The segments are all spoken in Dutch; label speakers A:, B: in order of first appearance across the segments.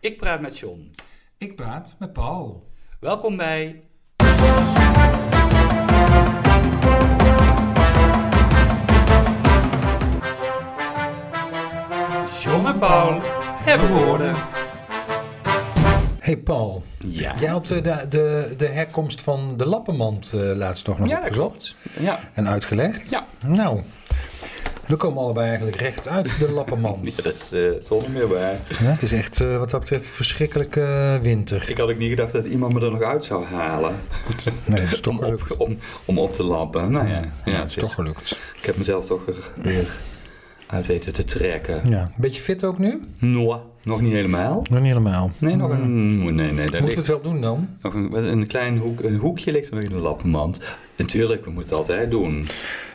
A: Ik praat met John.
B: Ik praat met Paul.
A: Welkom bij. John en Paul hebben woorden.
C: Hey Paul,
A: Ja,
C: jij had eh, de, de, de herkomst van de Lappenmand eh, laatst toch nog
A: ja dat
C: opgezocht
A: klopt. Ja.
C: en uitgelegd.
A: Ja.
C: Nou, we komen allebei eigenlijk recht uit de Lappenmand.
A: Ja, dat is eh, zonder meer waar.
C: Ja, het is echt eh, wat dat betreft een verschrikkelijke eh, winter.
A: Ik had ook niet gedacht dat iemand me er nog uit zou halen
C: Nee, het is toch
A: om
C: gelukt.
A: op, om, om op te lampen. Nou ja, ja,
C: Ja, het is toch gelukt.
A: ik heb mezelf toch er weer uit weten te trekken.
C: Ja. Een beetje fit ook nu?
A: Nou, nog niet helemaal.
C: Nog niet helemaal.
A: Nee, nog een. Nee, nee, daar
C: Mm. Moeten we
A: ligt
C: het wel doen dan?
A: nog een, wat- een klein hoek, een hoekje ligt er nog in de lappenmand. Natuurlijk, we moeten het altijd doen.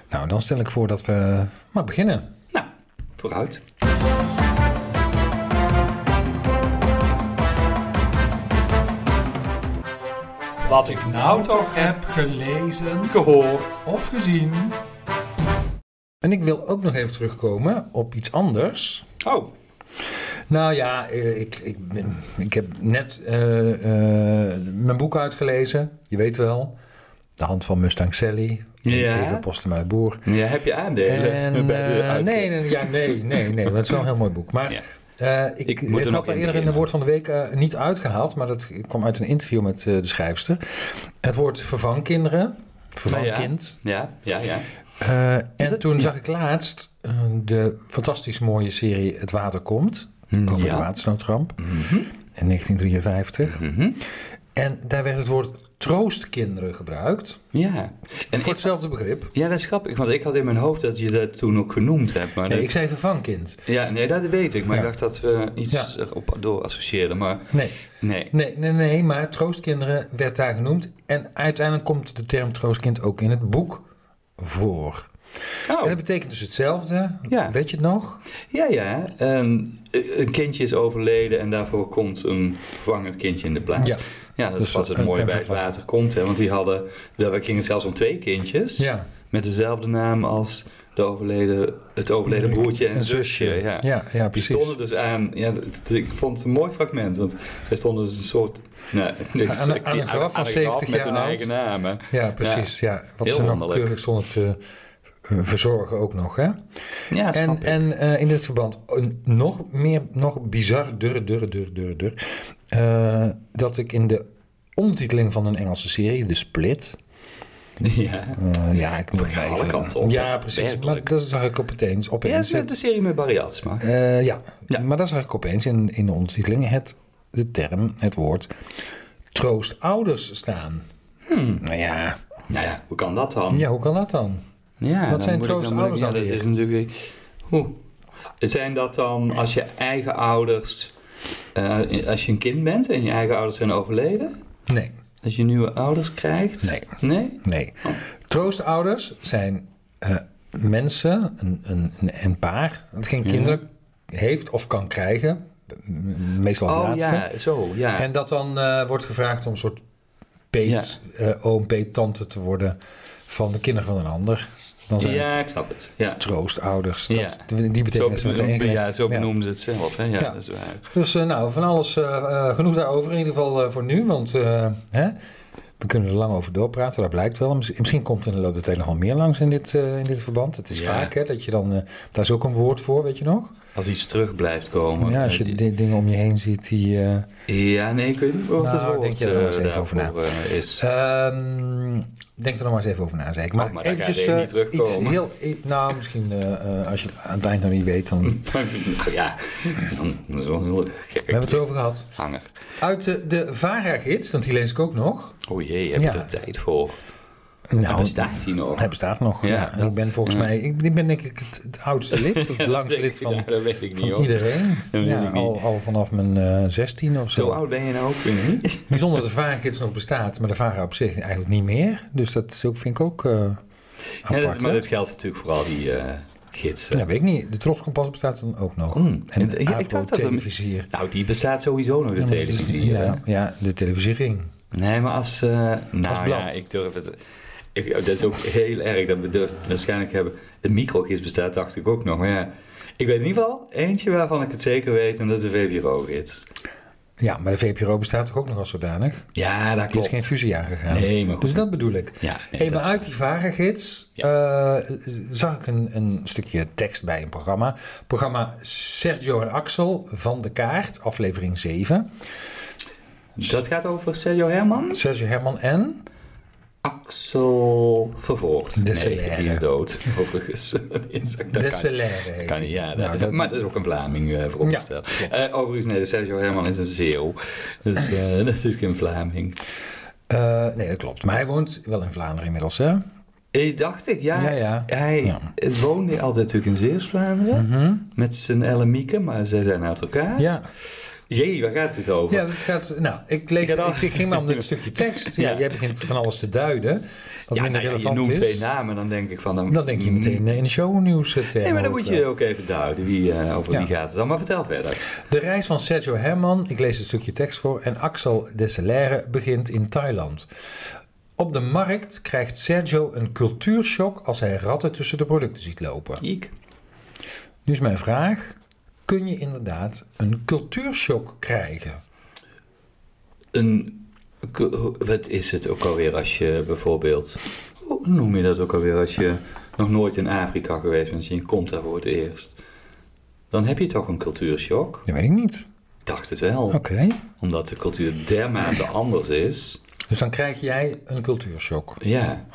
C: Nou, dan stel ik voor dat we maar beginnen.
A: Nou, vooruit. Wat ik
B: Nou toch heb gelezen
A: gehoord.
B: of gezien.
C: En ik wil ook nog even terugkomen op iets anders.
A: Oh,
C: Nou ja, eh, ik, ik, ben- ik heb net eh, eh, mijn boek uitgelezen. Je weet wel. De hand van Mustang Sally.
A: Ja.
C: Even Postema de Boer.
A: ja, heb je aandelen
C: En,
A: bij de
C: eh,
A: uitge-
C: nee, nee, ja, nee, nee, nee. Maar het is wel een heel mooi boek. Maar
A: Ja.
C: eh, ik,
A: Ik moet er
C: het
A: nog
C: had daar
A: in
C: eerder in de
A: beginnen.
C: Woord van de Week eh, niet uitgehaald. Maar dat kwam uit een interview met eh, de schrijfster. Het woord
A: Nou
C: vervangkinderen. Vervangkind.
A: Oh, Ja, ja, ja.
C: Eh, en toen zag ik laatst eh, de fantastisch mooie serie Het Water Komt. Over
A: Mm, ja.
C: de watersnoodramp. In 1953.
A: Mhm.
C: En daar werd het woord troostkinderen gebruikt.
A: Ja. En
C: voor
A: ik,
C: hetzelfde begrip.
A: ja, dat is grappig, want ik had in mijn hoofd dat je dat toen ook genoemd hebt. Maar
C: Nee,
A: dat-
C: ik zei vervangkind.
A: Ja, nee, dat weet ik. Maar ik
C: Ja.
A: dacht dat we iets
C: Ja.
A: erop door associeerden. Maar
C: Nee.
A: nee.
C: Nee, nee, nee, maar troostkinderen werd daar genoemd. En uiteindelijk komt de term troostkind ook in het boek voor. En
A: Oh,
C: dat betekent dus hetzelfde.
A: Ja.
C: Weet je het nog?
A: ja, ja. Ehm, een kindje is overleden en daarvoor komt een vervangend kindje in de plaats. Ja,
C: Ja.
A: dat
C: Dus
A: is was het
C: een-
A: mooie
C: een
A: bij het
C: vervang-
A: water komt. Hè, want die hadden, daar ging het zelfs om twee kindjes.
C: Ja.
A: Met dezelfde naam als de overleden, het overleden broertje en zusje. Ja.
C: Ja, ja
A: Die
C: precies.
A: stonden dus aan, ja, het- ik vond het een mooi fragment, want zij stonden dus een soort. Nou, dus-
C: aan een graf van 70
A: met
C: jaar
A: hun
C: oud.
A: eigen namen.
C: Ja, precies. Ja. Wat
A: Heel
C: ze nog
A: wonderlijk.
C: keurig stonden te eh, verzorgen ook nog, hè?
A: Ja, snap
C: En,
A: ik.
C: en eh, in dit verband een nog meer, nog bizar, durre, durre, durre, durre, durre, eh, dat ik in de ondertiteling van een Engelse serie, de Split,
A: Ja.
C: eh, ja, ik
A: We gaan alle kanten op, hè?
C: Ja, precies.
A: Werkelijk.
C: Maar dat zag ik opeens.
A: Ja,
C: opeens
A: is met de serie met Barry Atsma.
C: Eh, ja.
A: Ja.
C: maar dat zag ik opeens in, in de ondertiteling het, de term, het woord troostouders staan.
A: Hmm.
C: Nou ja.
A: Nou ja, hoe kan dat dan?
C: ja, hoe kan dat dan?
A: Ja,
C: Wat zijn
A: moet ik- moet ik-
C: troostouders
A: ja,
C: dan
A: dat
C: weer?
A: is natuurlijk... Oeh. Zijn dat dan als je eigen ouders... eh, als je een kind bent en je eigen ouders zijn overleden?
C: Nee,
A: Als je nieuwe ouders krijgt?
C: Nee.
A: Nee?
C: nee.
A: Oh.
C: Troostouders zijn eh, mensen, een, een, een, een paar, dat geen
A: Ja.
C: kinderen heeft of kan krijgen, m- meestal het
A: Oh
C: laatste.
A: ja, zo, ja.
C: En dat dan eh, wordt gevraagd om een soort peet, eh, oom, peet, tante te worden van de kinderen van een ander. Dan zijn
A: ja,
C: het
A: ik snap het. Ja.
C: troostouders.
A: Ja.
C: Dat, Die betekenis
A: zo,
C: wordt erin
A: benoemde, ja,
C: gelegd.
A: zo benoemde het zelf. Hè? Ja,
C: Ja.
A: dat is waar.
C: Dus eh, nou, van alles eh, eh, genoeg daarover in ieder geval eh, voor nu. Want eh, hè, we kunnen er lang over doorpraten, dat blijkt wel. Miss- Misschien komt in de loop der tijd nog wel meer langs in dit, eh, in dit verband. Het is
A: Ja.
C: vaak hè, dat je dan... eh, daar is ook een woord voor, weet je nog?
A: Als iets terug blijft komen.
C: ja, als
A: eh,
C: je
A: die-
C: di- dingen om je heen ziet die... eh,
A: ja, nee, ik weet niet wat
C: Nou,
A: het woord
C: denk je er nog eens
A: eh,
C: even over na.
A: daarvoor, eh, is.
C: Ehm, denk er nog maar eens even over na, zeg ik.
A: Oh, maar dan ga je er
C: eh,
A: niet terugkomen.
C: Iets heel, i- nou, misschien eh, eh, als je het aan het eind nog niet weet,
A: Hm.
C: dan...
A: ja, dan- dat is wel een heel
C: We
A: gekke
C: hebben het erover gehad.
A: hanger.
C: Uit de, de VARA-gids, want die lees ik ook nog.
A: O Oh jee, heb
C: Ja.
A: je er tijd voor?
C: Nou,
A: Daar bestaat hij nog.
C: Hij bestaat nog.
A: Ja,
C: Ja, En
A: dat-
C: ik ben volgens
A: ja.
C: mij, ik, ik ben denk ik het, het oudste lid, het langste
A: denk
C: lid
A: ik,
C: van,
A: nou, dat weet ik
C: van
A: niet hoor.
C: iedereen.
A: weet
C: Ja,
A: ik niet.
C: al, al vanaf mijn eh, zestien of zo.
A: Zo oud ben je nou ook weer niet?
C: Bijzonder dat de VARA-gids nog bestaat, maar de VARA op zich eigenlijk niet meer. Dus dat is ook, vind ik ook eh,
A: Ja,
C: apart.
A: dat, maar
C: hè?
A: dat geldt natuurlijk voor al die eh, gidsen.
C: Ja, weet ik niet. De Troskompas bestaat dan ook nog.
A: Hmm.
C: En de
A: Ik- ik dacht dat het-
C: Avro-televisier.
A: Nou, die bestaat sowieso nog, de
C: Ja, maar dat is-
A: televisie. hè?
C: Ja, ja, de televisiering.
A: Nee, maar als... eh, nou
C: blad.
A: ja, ik durf het... Ik, oh, dat is ook heel erg, dat we durf- waarschijnlijk hebben... Het microgids bestaat, dacht ik ook nog. Maar ja, ik weet in ieder geval eentje waarvan ik het zeker weet... en dat is de VPRO-gids.
C: Ja, maar de VPRO bestaat toch ook nog als zodanig?
A: Ja, dat
C: Die is
A: klopt.
C: geen fusie aangegaan.
A: Nee, maar goed.
C: Dus dat bedoel ik.
A: ja, nee,
C: Hey,
A: dat
C: maar
A: is-
C: uit die varengids eh, zag ik een, een stukje tekst bij een programma. Programma Sergio en Axel van de Kaart, aflevering 7.
A: dat gaat over Sergio Herman.
C: Sergio Herman en...
A: Axel Vervoort.
C: De
A: nee,
C: Celere.
A: die is dood, overigens. Die is- dat
C: De
A: kan-
C: Solaire heet
A: Kan
C: hij.
A: niet, ja.
C: Nou,
A: dat-
C: dat-
A: maar dat is ook een Vlaming eh vooropgesteld. Eh, overigens, nee, de Sergio Herman is een Zeeuw. Dus eh, dat is geen Vlaming.
C: Eh, nee, dat klopt. Maar hij woont wel in Vlaanderen inmiddels, hè?
A: Eh, dacht ik, ja.
C: Ja, ja.
A: Hij
C: Ja. Mhm.
A: het woonde altijd natuurlijk in Zeeuws-Vlaanderen. Met zijn Ellemieke, maar zij zijn uit elkaar.
C: Ja.
A: Jee, waar gaat dit over?
C: Ja, dat gaat... Nou, ik, lees,
A: Ik had al-
C: ik, ging maar om dit stukje tekst.
A: Ja.
C: ja. Jij begint van alles te duiden. Wat
A: Ja,
C: minder
A: nou ja, je
C: relevant
A: noemt
C: is.
A: twee namen, dan denk ik van... Dan,
C: Dan denk je meteen eh, in de shownieuws. eh,
A: Nee, maar dan
C: termen
A: moet
C: ook,
A: je ook even duiden wie, eh, over
C: Ja.
A: wie gaat het dan. Maar vertel verder.
C: De reis van Sergio Herman, ik lees een stukje tekst voor, en Axel Deselere begint in Thailand. Op de markt krijgt Sergio een cultuurshock als hij ratten tussen de producten ziet lopen.
A: Ik.
C: Nu is mijn vraag, kun je inderdaad een cultuurshock krijgen?
A: Een... k- Wat is het ook alweer als je bijvoorbeeld... Hoe noem je dat ook alweer als je nog nooit in Afrika geweest bent... en je komt daar voor het eerst? Dan heb je toch een cultuurshock?
C: Dat weet ik niet.
A: Ik dacht het wel.
C: Oké,
A: Omdat de cultuur dermate anders is.
C: dus dan krijg jij een cultuurshock. Oké.
A: Ja.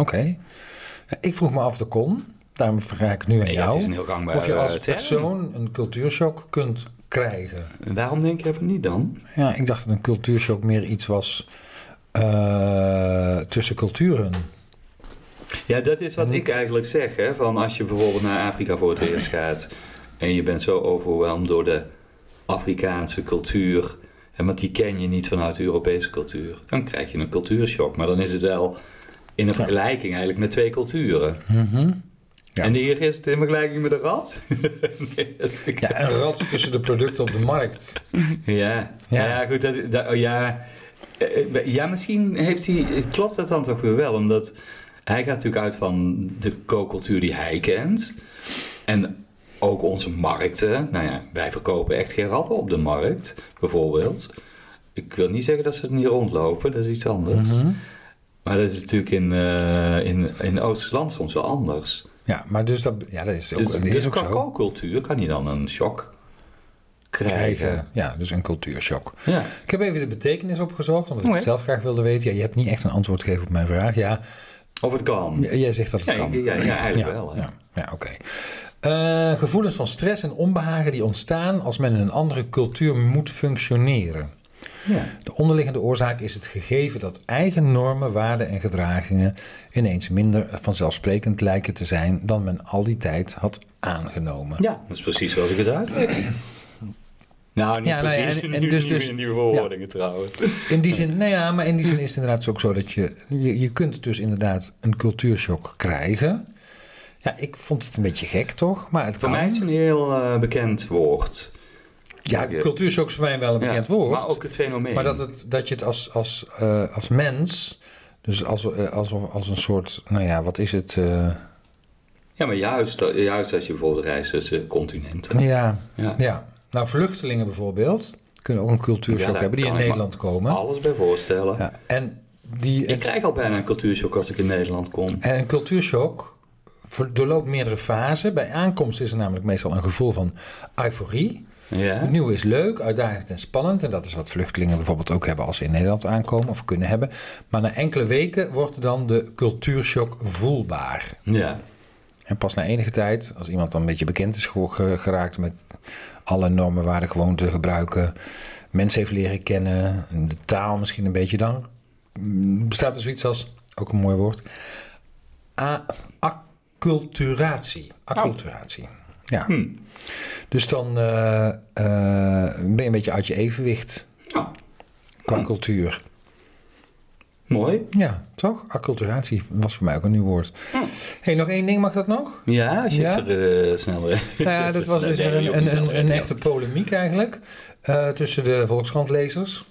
C: Ja, Ik vroeg me af of dat kon, daarom vraag ik nu aan
A: Nee, ja,
C: jou.
A: het is een heel gangbaar
C: of je als
A: eh, term.
C: persoon een cultuurshock kunt krijgen.
A: En Waarom denk je van niet dan?
C: Ja, ik dacht dat een cultuurshock meer iets was eh, tussen culturen.
A: Ja, dat is
C: Mhm.
A: wat ik eigenlijk zeg. Hè? Van als je bijvoorbeeld naar Afrika voor het eerst gaat en je bent zo overweldigd door de Afrikaanse cultuur, en want die ken je niet vanuit de Europese cultuur, dan krijg je een cultuurshock. Maar dan is het wel in een vergelijking eigenlijk met twee culturen. Mhm.
C: Ja.
A: En hier is het in vergelijking met een rat. nee, dat is-
C: Ja, een rat tussen de producten op de markt.
A: Ja, ja.
C: Ja.
A: goed. Dat, dat- oh, ja. Eh, eh, ja, misschien heeft hij, het klopt dat dan toch weer wel, omdat hij gaat natuurlijk uit van de co-cultuur die hij kent. En ook onze markten. Nou ja, wij verkopen echt geen ratten op de markt, bijvoorbeeld. Ik wil niet zeggen dat ze er niet rondlopen, dat is iets anders.
C: Mhm.
A: Maar dat is natuurlijk in, eh in, in Oost-Land soms wel anders.
C: Ja, maar dus dat, ja, dat is ook,
A: Dus,
C: dat is
A: dus
C: ook
A: qua
C: zo.
A: co-cultuur kan hij dan een shock krijgen.
C: Krijgen. Ja, dus een cultuurshock.
A: Ja.
C: Ik heb even de betekenis opgezocht, omdat ik
A: Oké.
C: het zelf graag wilde weten. Ja, je hebt niet echt een antwoord gegeven op mijn vraag. Ja,
A: Of het kan.
C: j- jij zegt dat het
A: Ja,
C: kan.
A: ja, ja, eigenlijk
C: Ja,
A: wel, hè.
C: Ja, ja oké. Eh, gevoelens van stress en onbehagen die ontstaan als men in een andere cultuur moet functioneren.
A: Ja.
C: De onderliggende oorzaak is het gegeven dat eigen normen, waarden en gedragingen ineens minder vanzelfsprekend lijken te zijn dan men al die tijd had aangenomen.
A: Ja, dat is precies zoals ik het uitleg. Nou, niet
C: Ja, nou ja,
A: precies.
C: en- en
A: nu
C: dus-
A: niet
C: dus-
A: meer in die verwoordingen trouwens.
C: In die zin, nou ja, maar in die zin is het inderdaad ook zo dat je, je, je kunt dus inderdaad een cultuurshock krijgen. Ja, ik vond het een beetje gek toch, maar het
A: Voor
C: kan.
A: mij is het een heel eh, bekend woord.
C: ja, cultuurshock is voor mij wel een bekend
A: Ja,
C: woord.
A: Maar ook het fenomeen.
C: Maar dat, het, dat je het als, als, eh, als mens, dus als, eh, als, als een soort, nou ja, wat is het? eh,
A: Ja, maar juist, eh, juist als je bijvoorbeeld reist tussen continenten.
C: ja,
A: Ja.
C: Ja, nou vluchtelingen bijvoorbeeld kunnen ook een
A: Ja,
C: cultuurshock
A: daar
C: hebben die in
A: kan ik me
C: Nederland komen.
A: Alles bij voorstellen.
C: Ja, en, die,
A: Ik krijg al bijna een cultuurshock als ik in Nederland kom.
C: en een cultuurshock ver- doorloopt meerdere fasen. Bij aankomst is er namelijk meestal een gevoel van euforie.
A: Ja.
C: Het nieuwe is leuk, uitdagend en spannend. En dat is wat vluchtelingen bijvoorbeeld ook hebben als ze in Nederland aankomen of kunnen hebben. Maar na enkele weken wordt dan de cultuurshock voelbaar.
A: ja.
C: En pas na enige tijd, als iemand dan een beetje bekend is ge- ge- geraakt met alle normen, waarden, gewoonten, gebruiken, mensen heeft leren kennen, de taal misschien een beetje, dan mm, bestaat er zoiets als, ook een mooi woord, a- acculturatie. Acculturatie. Ja.
A: Hm.
C: Dus dan eh, eh, ben je een beetje uit je evenwicht
A: Nou,
C: qua
A: Hm.
C: cultuur.
A: mooi.
C: Ja, toch? Acculturatie was voor mij ook een nieuw woord.
A: Hm.
C: hey, nog één ding, mag dat nog?
A: Ja, als je
C: Ja?
A: het er eh, snel...
C: Nou ja, dat was dus weer een, een, een, een echte polemiek eigenlijk eh, tussen de Volkskrant-lezers.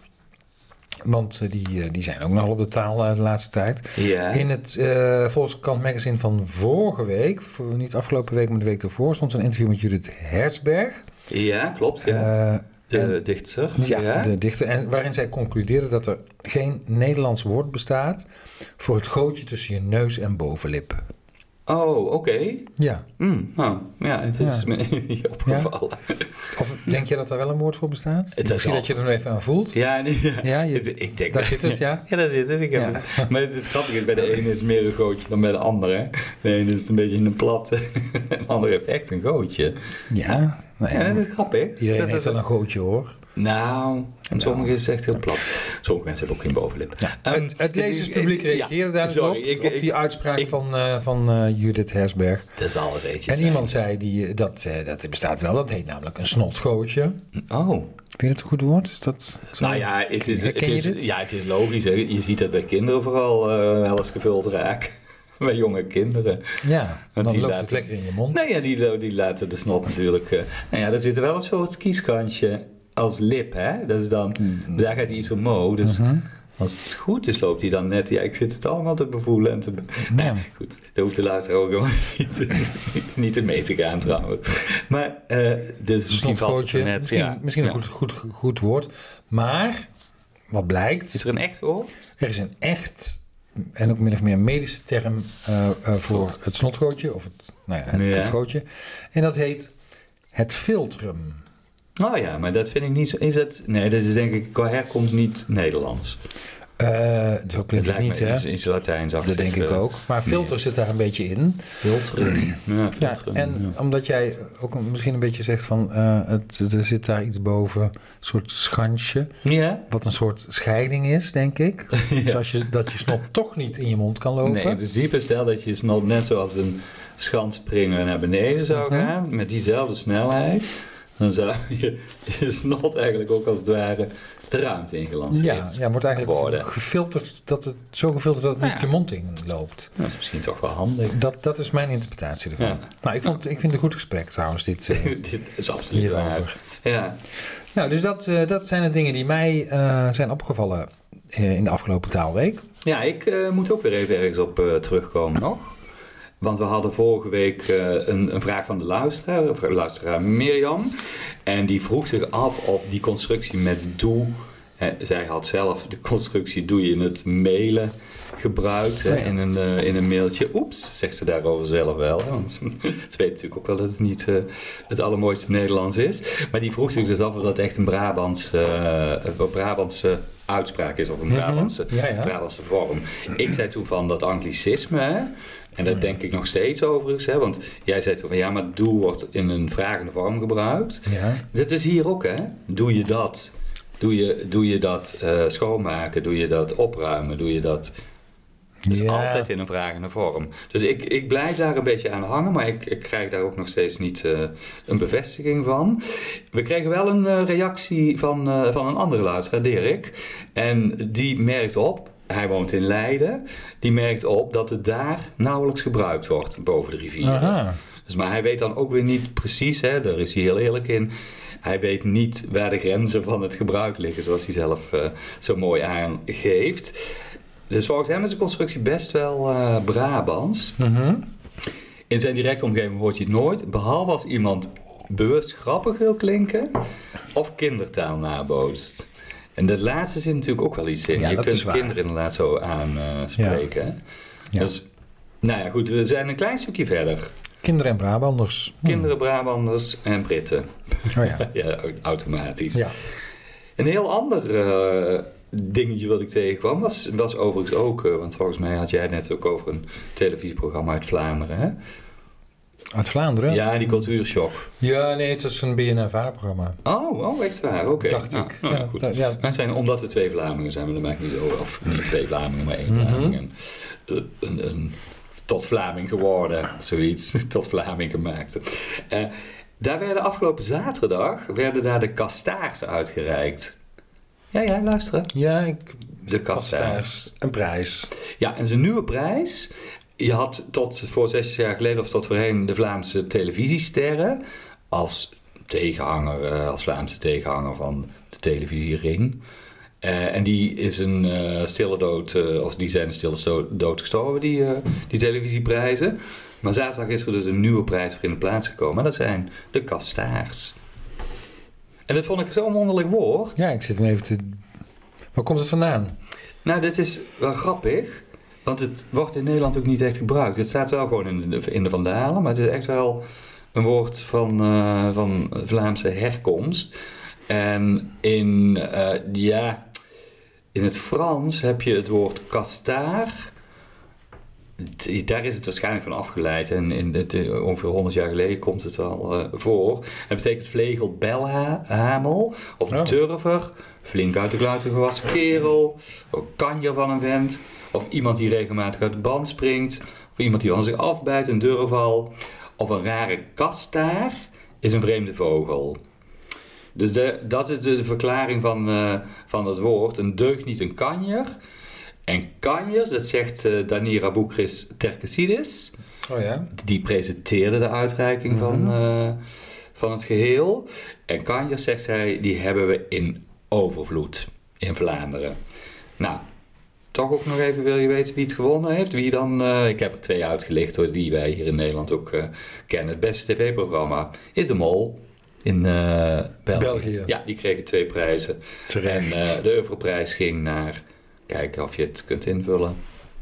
C: Want eh, die, eh, die zijn ook nogal op de taal eh, de laatste tijd.
A: Ja.
C: In het eh, Volkskrant magazine van vorige week, voor- niet afgelopen week, maar de week ervoor, stond een interview met Judith Herzberg.
A: ja, klopt. Ja.
C: Eh,
A: de
C: En-
A: dichter.
C: Ja, de dichter. En waarin zij concludeerde dat er geen Nederlands woord bestaat voor het gootje tussen je neus en bovenlip.
A: Oh, oké.
C: Ja.
A: Mm, nou, ja, het is
C: Ja.
A: me niet opgevallen.
C: Of denk je dat daar wel een woord voor bestaat?
A: Het is
C: Misschien
A: al-
C: dat je er nu even aan voelt. Ja,
A: Ja, nee, ja.
C: je,
A: Het- ik denk
C: daar zit het, ja.
A: Ja, dat zit het. Ik heb
C: Ja.
A: het. Maar het, het grappige is, bij de ene is meer een gootje dan bij de andere. De ene is een beetje een plat, de andere heeft echt een gootje.
C: Ja, nou ja,
A: Ja, dat is grappig.
C: iedereen
A: dat
C: heeft
A: is-
C: wel een gootje hoor.
A: Nou, sommigen is het echt heel plat. Sommige mensen hebben ook geen bovenlip. Ehm,
C: het, het lezerspubliek
A: ik- ik-
C: reageerde
A: ja,
C: daar
A: sorry,
C: op,
A: ik-
C: op
A: ik-
C: die uitspraak
A: ik-
C: van, eh, van eh, Judith Hersberg.
A: Dat is al een beetje.
C: En iemand zei die, eh, dat, eh, dat bestaat wel, dat heet namelijk een snotgootje.
A: Oh.
C: Vind je het een goed woord? Is dat zo?
A: Nou ja, het is, het
C: Herken je
A: is,
C: dit?
A: ja, het is logisch. Hè. Je ziet dat bij kinderen vooral eh, wel eens gevuld raken. bij jonge kinderen.
C: Ja, dan
A: Nou, die
C: loopt het
A: laten-
C: lekker in je mond.
A: Nou ja, die, lo- die laten de snot natuurlijk. eh nou ja, er zit wel een soort kieskantje als lip, hè? Dat is dan,
C: Mm.
A: daar gaat hij iets omhoog. Dus
C: Mhm.
A: als het goed is, loopt hij dan net. Ja, ik zit het allemaal te bevoelen en te. be- Nou, goed, daar hoeft de luisteraar ook helemaal niet, te- niet te mee te gaan trouwens. Maar, eh dus misschien valt het er
C: Snotgootje,
A: net.
C: misschien,
A: ja.
C: misschien een
A: Ja.
C: goed, goed, goed woord. Maar, wat blijkt,
A: Is er een echt woord?
C: Er is een echt en ook min of meer medische term eh, eh, voor het snotgootje, of het, nou ja, het,
A: Ja.
C: het gootje. En dat heet het filtrum.
A: Oh ja, maar dat vind ik niet zo. Is het, nee, dat is denk ik qua herkomst niet Nederlands.
C: Eh zo
A: Het
C: klinkt het
A: lijkt
C: niet,
A: me
C: hè?
A: iets, eh, iets Latijns af.
C: Dat denk ik ook. Maar filter zit daar een beetje in.
A: Filteren. Ja,
C: Ja,
A: filteren.
C: en
A: ja.
C: omdat jij ook een- misschien een beetje zegt van, eh, het, er zit daar iets boven, een soort schansje,
A: Ja?
C: wat een soort scheiding is, denk ik. Dus als je, dat je snot toch niet in je mond kan lopen.
A: Nee, in principe stel dat je snel net zoals een schanspringer naar beneden zou
C: Mhm.
A: gaan, met diezelfde snelheid, dan zou je, je snot eigenlijk ook als het ware de ruimte ingelanceerd.
C: Ja, ja, wordt eigenlijk
A: worden.
C: gefilterd dat het zo gefilterd dat het niet je mond in loopt.
A: Dat is misschien toch wel handig.
C: Dat, dat is mijn interpretatie ervan.
A: Ja.
C: Nou, ik, vond, ik vind het een goed gesprek trouwens. Dit, eh.
A: Dit is absoluut
C: Hierover.
A: waar. Ja.
C: nou, dus dat, eh, dat zijn de dingen die mij eh, zijn opgevallen eh, in de afgelopen taalweek.
A: Ja, ik eh, moet ook weer even ergens op eh, terugkomen nog. Want we hadden vorige week eh, een, een vraag van de luisteraar, of eh, luisteraar Mirjam. En die vroeg zich af of die constructie met doe. hè, zij had zelf de constructie doe je in het mailen gebruikt. hè,
C: Oh ja.
A: in, een, eh, in een mailtje. Oeps, zegt ze daarover zelf wel. hè, want ze weet natuurlijk ook wel dat het niet eh, het allermooiste Nederlands is. Maar die vroeg zich dus af of dat echt een Brabants, eh, een Brabantse uitspraak is. Of een
C: Mhm.
A: Brabantse
C: Ja, ja.
A: Brabantse vorm. Ik zei toen van dat anglicisme, hè? en dat denk ik nog steeds overigens, hè? want jij zei toen van ja, maar doe wordt in een vragende vorm gebruikt.
C: Ja.
A: Dat is hier ook, hè? Doe je dat? Doe je, doe je dat eh, schoonmaken? Doe je dat opruimen? Doe je dat? Het is
C: Ja.
A: altijd in een vragende vorm. Dus ik, ik blijf daar een beetje aan hangen, maar ik, ik krijg daar ook nog steeds niet eh, een bevestiging van. We kregen wel een eh, reactie van, eh, van een andere luisteraar, Dirk. En die merkt op, hij woont in Leiden, die merkt op dat het daar nauwelijks gebruikt wordt boven de rivieren.
C: Aha.
A: Dus, maar hij weet dan ook weer niet precies, hè, daar is hij heel eerlijk in. Hij weet niet waar de grenzen van het gebruik liggen, zoals hij zelf eh, zo mooi aangeeft. Dus volgens hem is de constructie best wel eh, Brabants.
C: Mhm.
A: In zijn directe omgeving hoort je het nooit, behalve als iemand bewust grappig wil klinken of kindertaal nabootst. En dat laatste zit natuurlijk ook wel iets in.
C: Ja,
A: je
C: dat
A: kunt
C: is waar.
A: kinderen inderdaad zo aanspreken.
C: Ja.
A: Dus, nou ja, goed, we zijn een klein stukje verder.
C: Kinderen en Brabanders. Hm.
A: Kinderen, Brabanders en Britten.
C: Oh ja.
A: Ja, automatisch.
C: ja.
A: Een heel ander eh, dingetje wat ik tegenkwam was, was overigens ook, eh, want volgens mij had jij het net ook over een televisieprogramma uit Vlaanderen. Hè?
C: Uit Vlaanderen?
A: Ja, die cultuurshock.
C: Ja, nee, het is een BNNVARA-programma.
A: Oh, oh, echt waar? Oké.
C: Dacht
A: Nou,
C: ik.
A: nou ja,
C: Ja,
A: goed.
C: dat- ja.
A: Maar het zijn, omdat er twee Vlamingen zijn, maar dat maakt niet zo. Of niet twee Vlamingen, maar één
C: Mhm.
A: Vlaming. En, eh, een, een tot Vlaming geworden, zoiets. Tot Vlaming gemaakt. Eh, daar werden afgelopen zaterdag werden daar de kastaars uitgereikt. Ja, ja, luisteren.
C: Ja, ik...
A: De kastaars.
C: Een prijs.
A: Ja, en zijn nieuwe prijs. Je had tot voor 60 jaar geleden of tot voorheen de Vlaamse televisiesterren als tegenhanger, eh, als Vlaamse tegenhanger van de televisiering. Eh, en die is een eh, stille dood, eh, of die zijn een stille sto- dood gestorven, die, eh, die televisieprijzen. Maar zaterdag is er dus een nieuwe prijs voor in de plaats gekomen. En dat zijn de kastaars. En dat vond ik zo'n wonderlijk woord.
C: Ja, ik zit hem even te... Waar komt het vandaan?
A: Nou, dit is wel grappig. Want het wordt in Nederland ook niet echt gebruikt. Het staat wel gewoon in de, in de Vandalen. Maar het is echt wel een woord van, eh, van Vlaamse herkomst. En in, eh, ja, in het Frans heb je het woord kastaar. D- Daar is het waarschijnlijk van afgeleid. En in het, eh, ongeveer 100 jaar geleden komt het al eh, voor. Het betekent vlegelbelhamel of
C: Oh.
A: durver. Flink uit de kluiten gewassen kerel. Ook kanje van een vent. Of iemand die regelmatig uit de band springt. Of iemand die van zich afbijt, een durval. Of een rare kastaar is een vreemde vogel. Dus de- dat is de verklaring van, eh, van het woord. Een deugd niet een kanjer. En kanjers, dat zegt eh, Danira Boekris Terkesidis.
C: Oh ja?
A: Die presenteerde de uitreiking van, eh, van het geheel. En kanjers, zegt zij, die hebben we in overvloed in Vlaanderen. Nou, toch ook nog even wil je weten wie het gewonnen heeft. Wie dan, eh, ik heb er twee uitgelicht hoor, die wij hier in Nederland ook eh, kennen. Het beste tv-programma is De Mol in eh, België.
C: België.
A: Ja, die kregen twee prijzen. En
C: Terecht.
A: eh, de Europrijs ging naar, kijken of je het kunt invullen.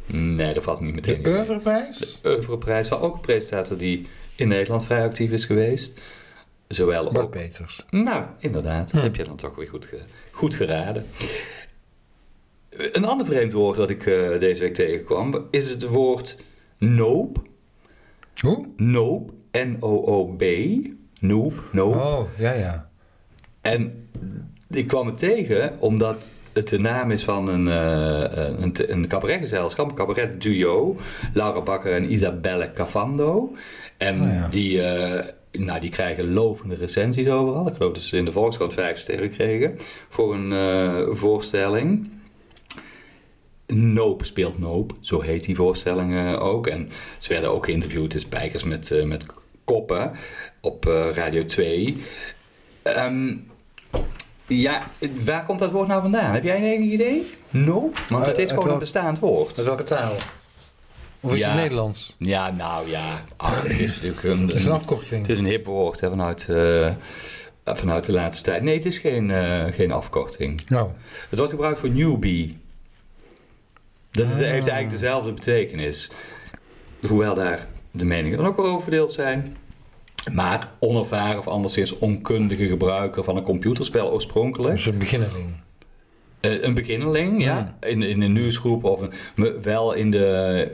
A: Nee, dat valt niet meteen.
C: de Oeuvreprijs?
A: Europrijs, van ook een presentator die in Nederland vrij actief is geweest. Zowel
C: Bart
A: ook.
C: Peters.
A: Nou, inderdaad,
C: Hmm.
A: heb je dan toch weer goed, ge- goed geraden. Een ander vreemd woord dat ik eh, deze week tegenkwam is het woord noop.
C: Hoe?
A: Noop, N-O-O-B. Noop, noop.
C: Oh, ja, ja.
A: En ik kwam het tegen omdat het de naam is van een, eh een, een cabaretgezelschap, cabaret duo, Laura Bakker en Isabelle Cavando. En
C: Oh ja.
A: die, eh, nou, die krijgen lovende recensies overal. Ik geloof dat ze in de Volkskrant vijf sterren kregen voor een eh, voorstelling. Noop speelt Noop, zo heet die voorstelling eh, ook. En ze werden ook geïnterviewd in Spijkers met, eh, met koppen op eh, Radio 2. Ehm, ja, waar komt dat woord nou vandaan? Heb jij een enig idee? Nope. Want het
C: Eh,
A: is gewoon
C: uit
A: een
C: welk-
A: bestaand
C: Uit
A: woord.
C: welke taal? Of is
A: Ja.
C: het Nederlands?
A: Ja, nou ja. Ach, het is natuurlijk een,
C: Het is een
A: een-
C: afkorting.
A: Mm. het is een hip woord hè, vanuit, eh, vanuit de laatste tijd. Nee, het is geen, eh, geen afkorting.
C: Nou,
A: Het wordt gebruikt voor newbie. Dat is, heeft
C: Ah.
A: eigenlijk dezelfde betekenis. Hoewel daar de meningen dan ook wel over verdeeld zijn. Maar onervaren of anderszins onkundige gebruiker van een computerspel oorspronkelijk.
C: dus een beginneling.
A: Eh, een beginneling, ja. In, in een nieuwsgroep of een- me- wel in de,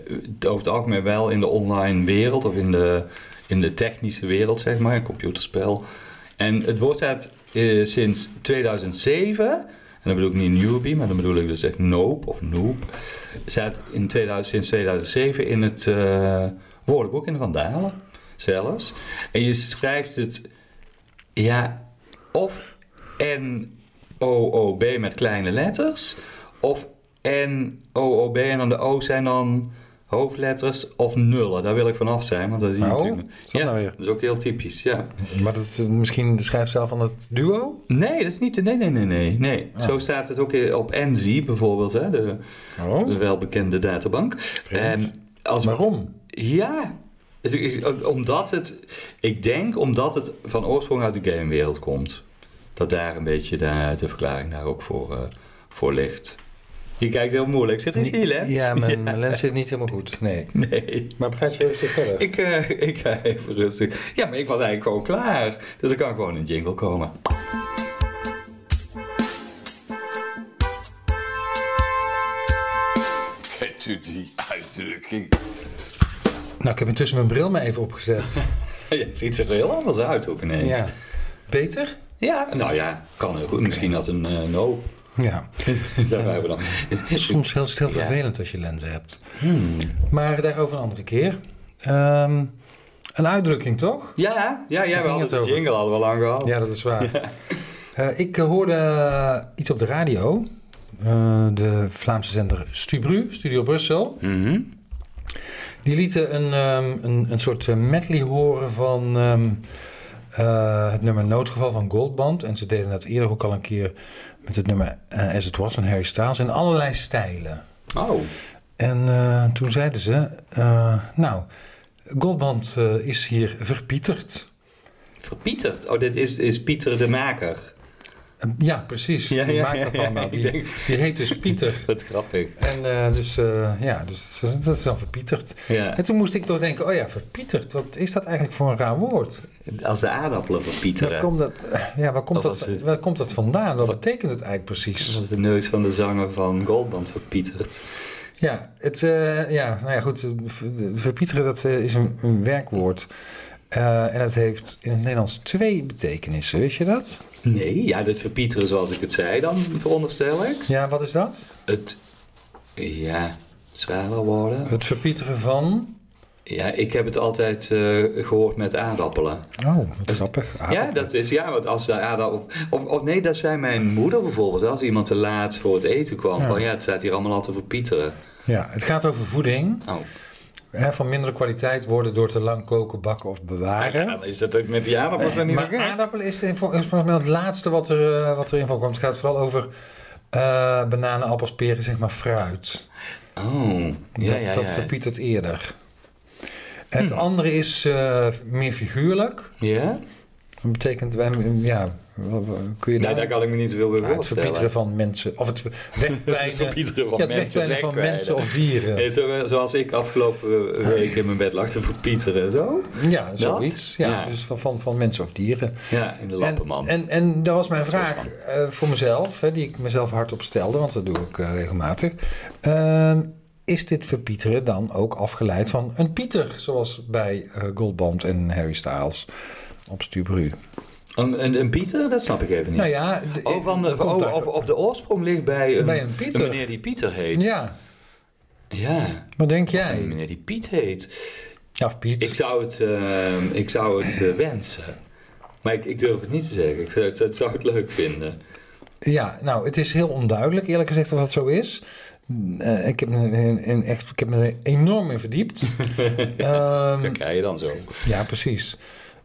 A: eh, over het algemeen wel in de online wereld of in de, in de technische wereld, zeg maar, een computerspel. En het woord staat eh, sinds 2007, en dan bedoel ik niet newbie, maar dan bedoel ik dus echt nope of noob, staat in 2000, sinds 2007 in het eh, woordenboek in de Vandalen zelfs. En je schrijft het, ja, of en OOB met kleine letters. Of N, OOB en dan de O zijn dan hoofdletters of nullen. Daar wil ik vanaf zijn, want dat zie je
C: Oh,
A: natuurlijk.
C: is dat
A: Ja,
C: nou weer?
A: dat is ook heel typisch, ja.
C: Maar dat is misschien de schrijfstijl van het duo?
A: Nee, dat is niet... de- Nee, nee, nee, nee. nee.
C: Ah.
A: Zo staat het ook op NZ bijvoorbeeld, hè, de,
C: Oh,
A: de welbekende databank.
C: Vreemd.
A: En als,
C: waarom?
A: Ja, Het is- omdat het... Ik denk omdat het van oorsprong uit de gamewereld komt. Dat daar een beetje de, de verklaring daar ook voor, eh, voor ligt. Je kijkt heel moeilijk. Zit er iets in je lens?
C: Ja, mijn, mijn lens zit niet helemaal goed. Nee.
A: Nee.
C: Maar gaat je even verder?
A: Ik, eh, ik ga even rustig. Ja, maar ik was eigenlijk gewoon klaar. Dus er kan gewoon een jingle komen.
D: Kent u die uitdrukking?
C: Nou, ik heb intussen mijn bril maar even opgezet.
A: Ja, het ziet er heel anders uit ook ineens.
C: ja. Beter?
A: Ja, nou ja, kan heel goed. Misschien als een eh no.
C: Ja.
A: Daar hebben we dan.
C: Soms is het heel vervelend als je lenzen hebt. Hmm. Maar daarover een andere keer. Ehm, een uitdrukking, toch?
A: Ja, ja, ja we
C: ging
A: hadden
C: het
A: de
C: over.
A: jingle al wel lang gehad.
C: Ja, dat is waar. Eh, ik eh, hoorde eh, iets op de radio. Eh, de Vlaamse zender Stubru, Studio Brussel.
A: Mhm.
C: Die lieten een, ehm, een, een soort eh, medley horen van ehm, eh, het nummer Noodgeval van Goldband. En ze deden dat eerder ook al een keer met het nummer eh, As It Was van Harry Styles. In allerlei stijlen.
A: Oh.
C: En eh, toen zeiden ze, eh, nou, Goldband eh, is hier verpieterd.
A: Verpieterd. Oh, dit is, is Pieter de Maker.
C: Ja, precies.
A: Ja,
C: die
A: ja,
C: maakt dat
A: ja, ja,
C: allemaal.
A: ik
C: Die,
A: denk-
C: die heet dus Pieter.
A: Wat grappig.
C: En eh, dus, eh, ja, dus dat is- dat is dan verpieterd.
A: Ja.
C: En toen moest ik toch denken, oh ja, verpieterd. Wat is dat eigenlijk voor een raar woord?
A: Als de aardappelen van
C: Waar
A: Pieteren.
C: komt dat, ja, waar komt
A: Of als
C: dat,
A: het-
C: waar komt dat vandaan? Wat betekent het eigenlijk
A: Dat
C: precies?
A: was de neus van de zanger van Goldband verpieterd.
C: Ja, het, eh, ja, nou ja, goed. eh, ver- Verpieteren, dat eh, is een, een werkwoord. Eh, en dat heeft in het Nederlands twee betekenissen. Wist je dat?
A: Nee, ja, dit verpieteren zoals ik het zei dan, veronderstel ik.
C: Ja, wat is dat?
A: Het, ja, zwaarder worden.
C: Het verpieteren van...
A: Ja, ik heb het altijd eh, gehoord met aardappelen.
C: Oh, wat grappig.
A: Ja, dat is ja, want als de aardappel. Of, of, of nee, dat zei mijn moeder bijvoorbeeld. Als iemand te laat voor het eten kwam,
C: Ja.
A: van ja, het staat hier allemaal al te verpieteren.
C: Ja, het gaat over voeding.
A: Oh,
C: Hè, van mindere kwaliteit worden door te lang koken, bakken of bewaren.
A: ja, dan is dat ook met die aardappelen dan niet zo
C: Ah, maar
A: gek?
C: aardappelen is, in vol- is volgens mij het laatste wat, er, eh, wat erin voorkomt. Het gaat vooral over eh, bananen, appels, peren, zeg maar fruit.
A: Oh, ja,
C: dat
A: ja, Hm.
C: dat
A: ja.
C: verpietert eerder. Het andere is eh, meer figuurlijk.
A: Ja?
C: Dat betekent, wij- ja, wa- wa- kun je
A: Nou, daar
C: daar...
A: kan ik me niet zoveel bij
C: Ah, het verpieteren
A: voorstellen.
C: van mensen. Of het wegwijnen
A: verpieteren van
C: ja, het
A: mensen,
C: wegwijnen van
A: wegwijnen.
C: mensen of dieren.
A: Nee, zo- eh, Zoals ik afgelopen eh, week in mijn bed lag te verpieteren, zo.
C: Ja, zoiets. Ja,
A: Ja.
C: Dus van, van, van mensen of dieren.
A: Ja, in de
C: En,
A: lappenmand.
C: en, en dat was mijn vraag eh, voor mezelf, hè, die ik mezelf hardop stelde, want dat doe ik eh, regelmatig. Ehm, is dit verpieteren dan ook afgeleid van een Pieter, zoals bij eh, Goldband en Harry Styles op Stubru?
A: Een, een, een Pieter, dat snap ik even niet.
C: Nou ja, de-
A: Oh, van de,
C: komt
A: oh,
C: daar-
A: of, of de oorsprong ligt bij een,
C: Bij een Pieter.
A: meneer die Pieter heet.
C: ja,
A: ja.
C: wat denk
A: Of een
C: jij?
A: meneer die Piet heet.
C: Ja, of Piet.
A: Ik zou het, eh, ik zou het eh, wensen. Maar ik, ik durf het niet te zeggen. Ik zou het, het zou het leuk
C: Hm.
A: vinden.
C: Ja, nou, het is heel onduidelijk, eerlijk gezegd, of dat zo is. Eh, ik, heb me in- in echt, ik heb me er enorm in verdiept. Ehm,
A: Dat krijg je dan zo.
C: ja, precies.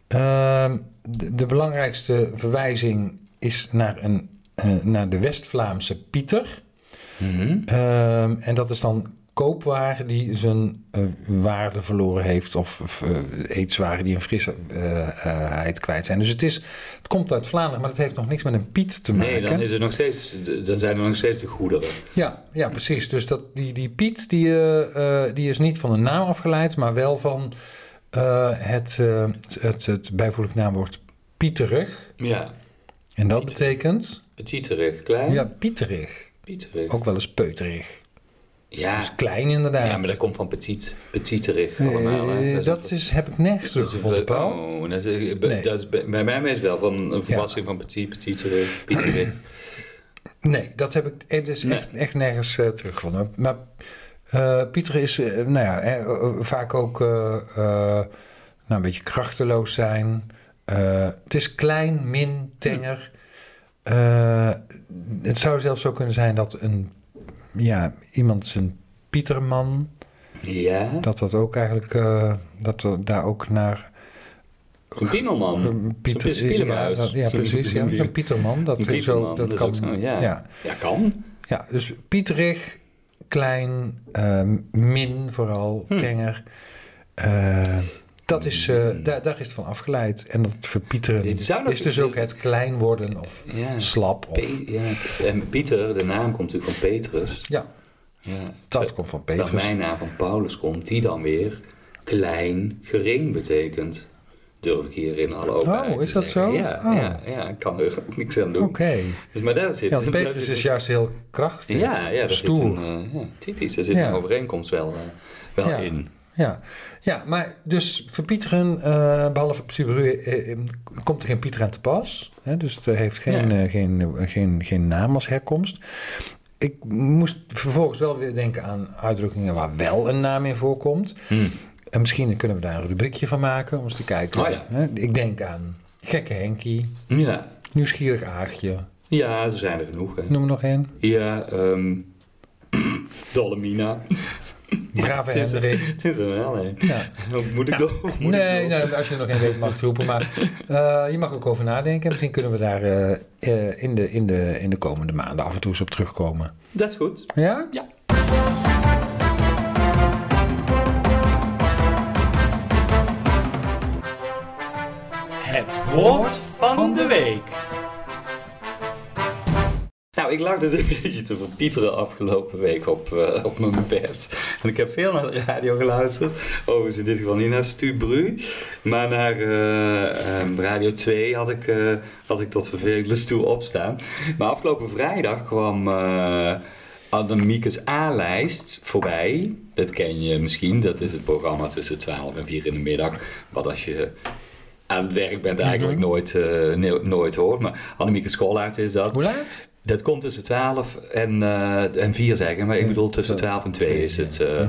C: Ehm, de, de belangrijkste verwijzing is naar, een, eh, naar de West-Vlaamse Pieter.
A: Mhm.
C: Ehm, en dat is dan koopwaar die zijn eh, waarde verloren heeft. Of, of eh, eetswaren die een frisheid kwijt zijn. Dus het, is, het komt uit Vlaanderen, maar het heeft nog niks met een Piet te maken.
A: Nee, dan, is het nog steeds, dan zijn er nog steeds de goederen.
C: Ja, ja precies. Dus dat, die, die Piet die, eh, eh, die is niet van de naam afgeleid, maar wel van eh, het, eh, het, het bijvoeglijk naamwoord pieterig.
A: Ja,
C: En dat
A: Pieter.
C: betekent,
A: petiterig, klein,
C: ja, pieterig.
A: pieterig.
C: Ook wel eens peuterig.
A: Ja.
C: Dus klein inderdaad.
A: Ah. ja, maar dat komt van petit, petiterig
C: Eh,
A: allemaal. hè.
C: dat, is, heb ik nergens
A: Dat is een
C: teruggevonden,
A: vle-
C: Paul.
A: Oh, dat is,
C: Nee.
A: dat is bij, bij mij meestal van een verrassing van petit, petiterig, pieterig.
C: Nee, dat heb ik eh, dus
A: Nee.
C: echt, echt nergens eh, teruggevonden. Maar eh Pieter is, eh, nou ja, eh, eh, vaak ook eh, eh, nou, een beetje krachteloos zijn. Eh, het is klein, min, tenger.
A: Hm.
C: Eh, het zou zelfs zo kunnen zijn dat een, ja, iemand zijn Pieterman,
A: Ja,
C: dat dat ook eigenlijk, eh, dat er daar ook naar... eh,
A: een piemelman. Zo'n Pieter
C: ja,
A: Spielemuis.
C: dat- ja,
A: Zo'n-
C: precies. Ja,
A: zo'n-
C: zo'n Pieterman, dat,
A: Een
C: is
A: Pieterman,
C: zo, dat,
A: dat is
C: kan.
A: ook zo, ja.
C: ja.
A: Ja, kan.
C: Ja, dus pieterig, klein, eh, min vooral,
A: Hm.
C: tenger. Eh, dat is, eh, daar, daar is het van afgeleid. En dat verpieteren
A: Dit zou nog-
C: is dus ook het klein worden of
A: Ja.
C: slap. Of,
A: Pe- ja. En Pieter, de naam komt natuurlijk van Petrus.
C: ja,
A: Ja.
C: dat komt van
A: Terwijl
C: Petrus.
A: mijn naam van Paulus komt, die dan weer klein, gering betekent. Durf ik hier in alle openheid
C: Oh,
A: te
C: is dat
A: zeggen.
C: zo?
A: Ja,
C: Oh.
A: ja, ja, ik kan er ook niks aan doen.
C: Oké.
A: Dus, maar daar zit...
C: Ja,
A: daar
C: Petrus
A: zit-
C: is dus juist heel krachtig.
A: Ja, ja, daar zit
C: Stoer.
A: een, eh, ja, typisch. Daar zit
C: Ja.
A: een overeenkomst wel, eh, wel
C: Ja.
A: in.
C: Ja, ja maar dus verpieteren, eh behalve op Subaru, eh, eh, komt er geen Pieter aan te pas. Hè? Dus het eh, heeft geen,
A: Nee.
C: eh, geen, eh, geen, geen naam als herkomst. Ik moest vervolgens wel weer denken aan uitdrukkingen waar wel een naam in voorkomt.
A: Hmm.
C: En misschien kunnen we daar een rubriekje van maken om eens te kijken.
A: Oh ja.
C: hè? Ik denk aan gekke Henkie,
A: Ja.
C: nieuwsgierig Aagje.
A: ja, zo zijn er genoeg. Hè.
C: Noem er nog één.
A: Ja, ehm Dolomina.
C: Brave
A: het is er-
C: Hendrik.
A: Het is er wel, hè.
C: Ja.
A: Moet ik door? Moet ik
C: nee,
A: door?
C: nee, als je er nog geen weet mag het roepen. Maar eh, je mag ook over nadenken. Misschien kunnen we daar eh, eh, in, de, in, de, in de komende maanden af en toe eens op terugkomen.
A: Dat is goed.
C: Ja?
A: Ja.
E: Het
A: Woord van de week. Nou, ik lag dus een beetje te verpieteren afgelopen week op, eh, op mijn bed. En ik heb veel naar de radio geluisterd. Overigens in dit geval niet naar Stu Bru. Maar naar eh, eh, Radio 2 had ik, eh, had ik tot vervelende toe opstaan. Maar afgelopen vrijdag kwam eh Annemiekes A-lijst voorbij. Dat ken je misschien. Dat is het programma tussen 12 en 4 in de middag. Wat als je aan het werk bent eigenlijk nooit, eh, ne- nooit hoort. Maar Annemieke Schollaert is dat.
C: Hoe laat?
A: Dat komt tussen 12 en, eh, en 4, zeggen. Maar ik bedoel, tussen 12 en 2 is het. eh.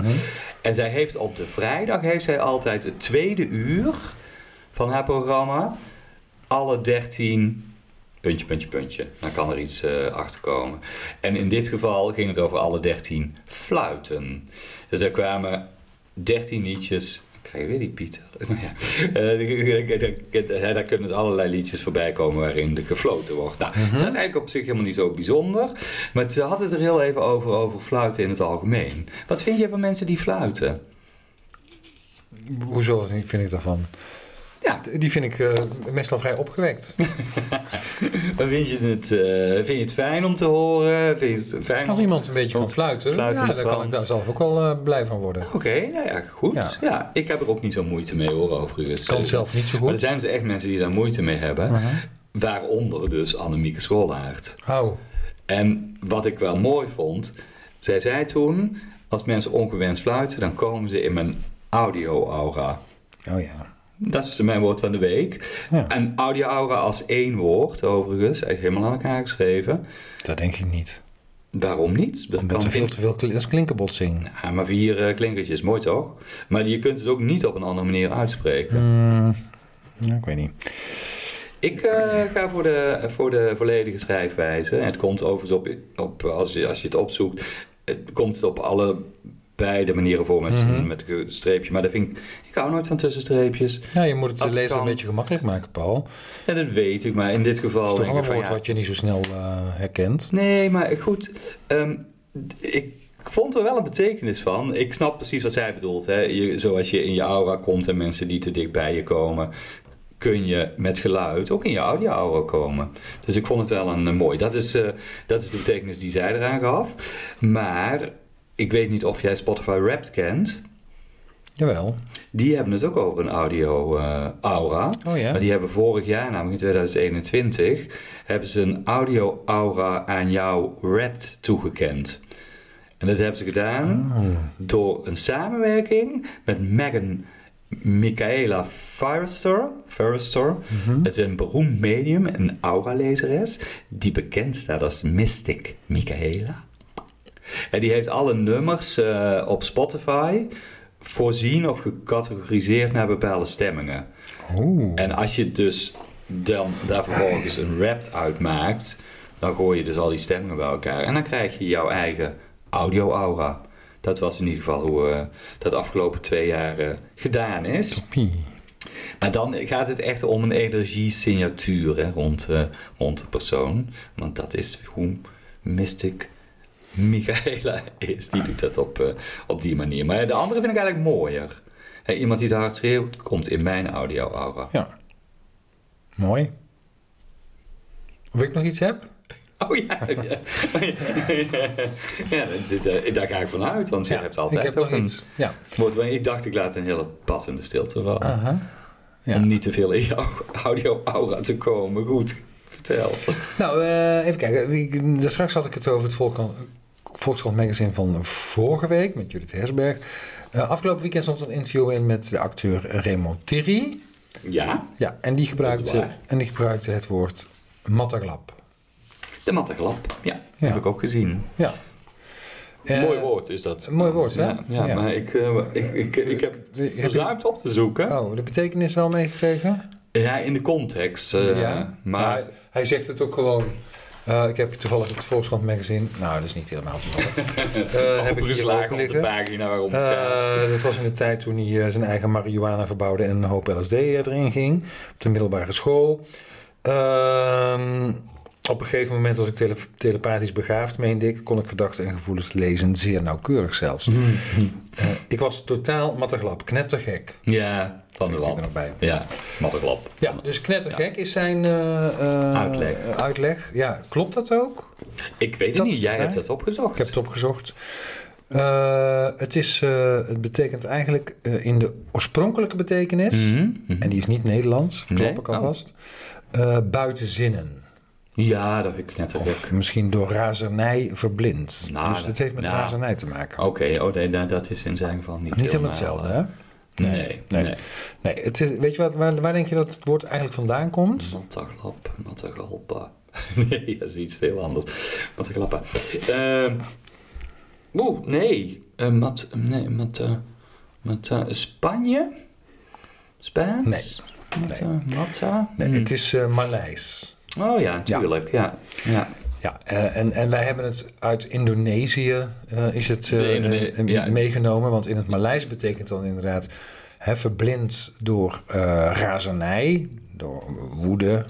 A: En zij heeft op de vrijdag heeft zij altijd het tweede uur van haar programma. Alle 13. Puntje, puntje, puntje. Dan kan er iets eh achter komen. En in dit geval ging het over alle 13 fluiten. Dus er kwamen 13 liedjes. Ik krijg weer die Pieter. Nou ja. Eh, daar- daar kunnen dus allerlei liedjes voorbij komen waarin er gefloten wordt.
C: Mhm.
A: Nou, dat is eigenlijk op zich helemaal niet zo bijzonder. Maar ze had het er heel even over, over fluiten in het algemeen. Wat vind je van mensen die fluiten?
C: Hoezo vind ik daarvan?
A: Ja,
C: Die vind ik eh, meestal vrij opgewekt.
A: vind je, het, eh, vind je het fijn om te horen? Vind je het fijn
C: Als
A: om-
C: iemand een beetje kan fluiten,
A: fluiten
C: ja,
A: in
C: dan
A: Frans.
C: kan ik daar zelf ook wel eh, blij van worden.
A: Oké, nou ja, goed. Ja.
C: Ja.
A: ik heb er ook niet zo moeite mee hoor, overigens.
C: Ik kan het zelf niet zo
A: Maar er
C: goed. Mhm.
A: zijn dus echt mensen die daar moeite mee hebben. Waaronder dus Annemieke Schollaert.
C: Oh,
A: En wat ik wel mooi vond, zij zei toen: als mensen ongewenst fluiten, dan komen ze in mijn audio-aura.
C: oh ja.
A: Dat is mijn woord van de week.
C: Ja.
A: En audio-aura als één woord, overigens, echt helemaal aan elkaar geschreven.
C: Dat denk ik niet.
A: Waarom niet? Dat
C: Omdat er veel
A: in-
C: te veel kli- dat is klinkerbotsing.
A: Ja, maar vier eh, klinkertjes, mooi toch? Maar je kunt het ook niet op een andere manier uitspreken.
C: Mm, ja, ik weet niet.
A: Ik eh, ga voor de, voor de volledige schrijfwijze. En het komt overigens op, op als, je, als je het opzoekt, het komt het op alle beide manieren voor met,
C: Mhm.
A: met een streepje. Maar dat vind ik, ik hou nooit van tussenstreepjes.
C: Ja, je moet het
A: Als
C: de
A: het
C: lezer een
A: kan.
C: beetje gemakkelijk maken, Paul.
A: Ja, dat weet ik, maar in dit geval...
C: Het is
A: denk
C: toch wel
A: ik van,
C: een woord
A: ja,
C: wat je niet zo snel eh, herkent.
A: Nee, maar goed, ehm, d- ik vond er wel een betekenis van. Ik snap precies wat zij bedoelt. Hè? Je, zoals je in je aura komt en mensen die te dicht bij je komen, kun je met geluid ook in je audio-aura komen. Dus ik vond het wel een, eh, mooi. Dat is, eh, dat is de betekenis die zij eraan gaf. Maar ik weet niet of jij Spotify Wrapped kent.
C: Jawel.
A: Die hebben het ook over een audio-aura.
C: Oh ja.
A: Maar die hebben vorig jaar, namelijk in 2021, hebben ze een audio-aura aan jou wrapped toegekend. En dat hebben ze gedaan
C: Oh.
A: door een samenwerking met Megan Michaela Firester. Firester.
C: Mhm.
A: Het is een beroemd medium, een aura-lezeres, die bekend staat als Mystic Michaela. En die heeft alle nummers eh, op Spotify voorzien of gecategoriseerd naar bepaalde stemmingen.
C: Oeh.
A: En als je dus dan daar vervolgens een rap uitmaakt, dan gooi je dus al die stemmingen bij elkaar. En dan krijg je jouw eigen audio-aura. Dat was in ieder geval hoe eh, dat de afgelopen twee jaar eh, gedaan is.
C: Pie.
A: Maar dan gaat het echt om een energiesignatuur hè, rond, eh, rond de persoon. Want dat is hoe Mystic Michaela is. Die doet dat op, eh, op die manier. Maar de andere vind ik eigenlijk mooier. Hè, iemand die te hard schreeuwt, komt in mijn audio-aura.
C: Ja. Mooi. Of ik nog iets heb?
A: Oh ja, ja. ja dat- dat- daar ga ik van uit, want je hebt altijd
C: ik heb
A: ook
C: nog
A: een...
C: iets. Ja.
A: Wordt wel- ik dacht, ik laat een hele passende stilte vallen.
C: Aha. Ah, ja.
A: Om niet te veel in jouw audio-aura te komen. Goed, vertel.
C: Nou, eh, even kijken. Ik- daar Straks had ik het over het Volkan- Volkskrant Magazine van vorige week met Judith Hersberg. Eh, afgelopen weekend stond een interview in met de acteur Raymond Thierry.
A: Ja,
C: Ja, en die
A: Dat is
C: gebruikte,
A: waar.
C: en die gebruikte het woord mattaglap.
A: de mattenglap. Ja,
C: Ja.
A: heb ik ook gezien.
C: Ja. Eh,
A: mooi woord is dat.
C: een mooi woord, hè?
A: Ja, ja,
C: Ja.
A: maar ik, eh, ik, ik, ik heb
C: je-
A: verzuimd op te zoeken.
C: Oh, de betekenis wel meegekregen?
A: Ja, in de context. eh, Maar
C: hij, hij zegt het ook gewoon. Eh, ik heb toevallig het Volkskrant Magazine. Nou, dat is niet helemaal toevallig. Eh, heb ik hier ook
A: opengeslagen op de
C: liggen.
A: pagina waarom het gaat.
C: Eh, dat was in de tijd toen hij eh, zijn eigen marihuana verbouwde en een eh, hoop LSD erin ging. Op de middelbare school. Ehm, Op een gegeven moment was ik tele- telepathisch begaafd, meende ik, kon ik gedachten en gevoelens lezen, zeer nauwkeurig zelfs.
A: Mhm.
C: Eh, ik was totaal matterglap, knettergek.
A: Ja, van de
C: Zegt hij er
A: wap.
C: nog bij.
A: Ja, mattenklap.
C: Ja, dus knettergek is zijn eh, eh,
A: Uitleg.
C: uitleg. Ja, klopt dat ook?
A: Ik weet het
C: Dat
A: niet,
C: is
A: jij
C: waar.
A: hebt dat opgezocht.
C: Ik heb het opgezocht. Eh, het, is, eh, het betekent eigenlijk eh, in de oorspronkelijke betekenis,
A: Mhm, mhm.
C: en die is niet Nederlands, verklap
A: Nee?
C: ik
A: Oh.
C: alvast, eh buitenzinnen.
A: Ja, dat vind ik net
C: Of
A: Oké,
C: misschien door razernij verblind.
A: Nou,
C: dus het
A: dat-
C: heeft met
A: ja.
C: razernij te maken.
A: oh nee, nou, dat is in zijn geval niet,
C: Niet helemaal hetzelfde, hè?
A: Nee, nee.
C: Nee.
A: nou. nee.
C: Nee, het is, weet je wat, waar, waar denk je dat het woord eigenlijk vandaan komt?
A: Mattenklap, mattenklappa. nee, dat is iets heel anders. Mattenklappa. Ehm Oeh, nee. Eh, mat, nee, mat, eh, mat, eh, Spanje? Spaans? Mat,
C: Nee.
A: eh, matta?
C: Nee,
A: Hmm.
C: het is eh Maleis.
A: Oh ja, natuurlijk. Ja. Ja.
C: Ja, eh, en, en wij hebben het uit Indonesië eh, is het, eh,
A: De Indone-
C: eh,
A: ja.
C: meegenomen. Want in het Maleis betekent dan inderdaad hè, verblind door eh, razernij, door woede.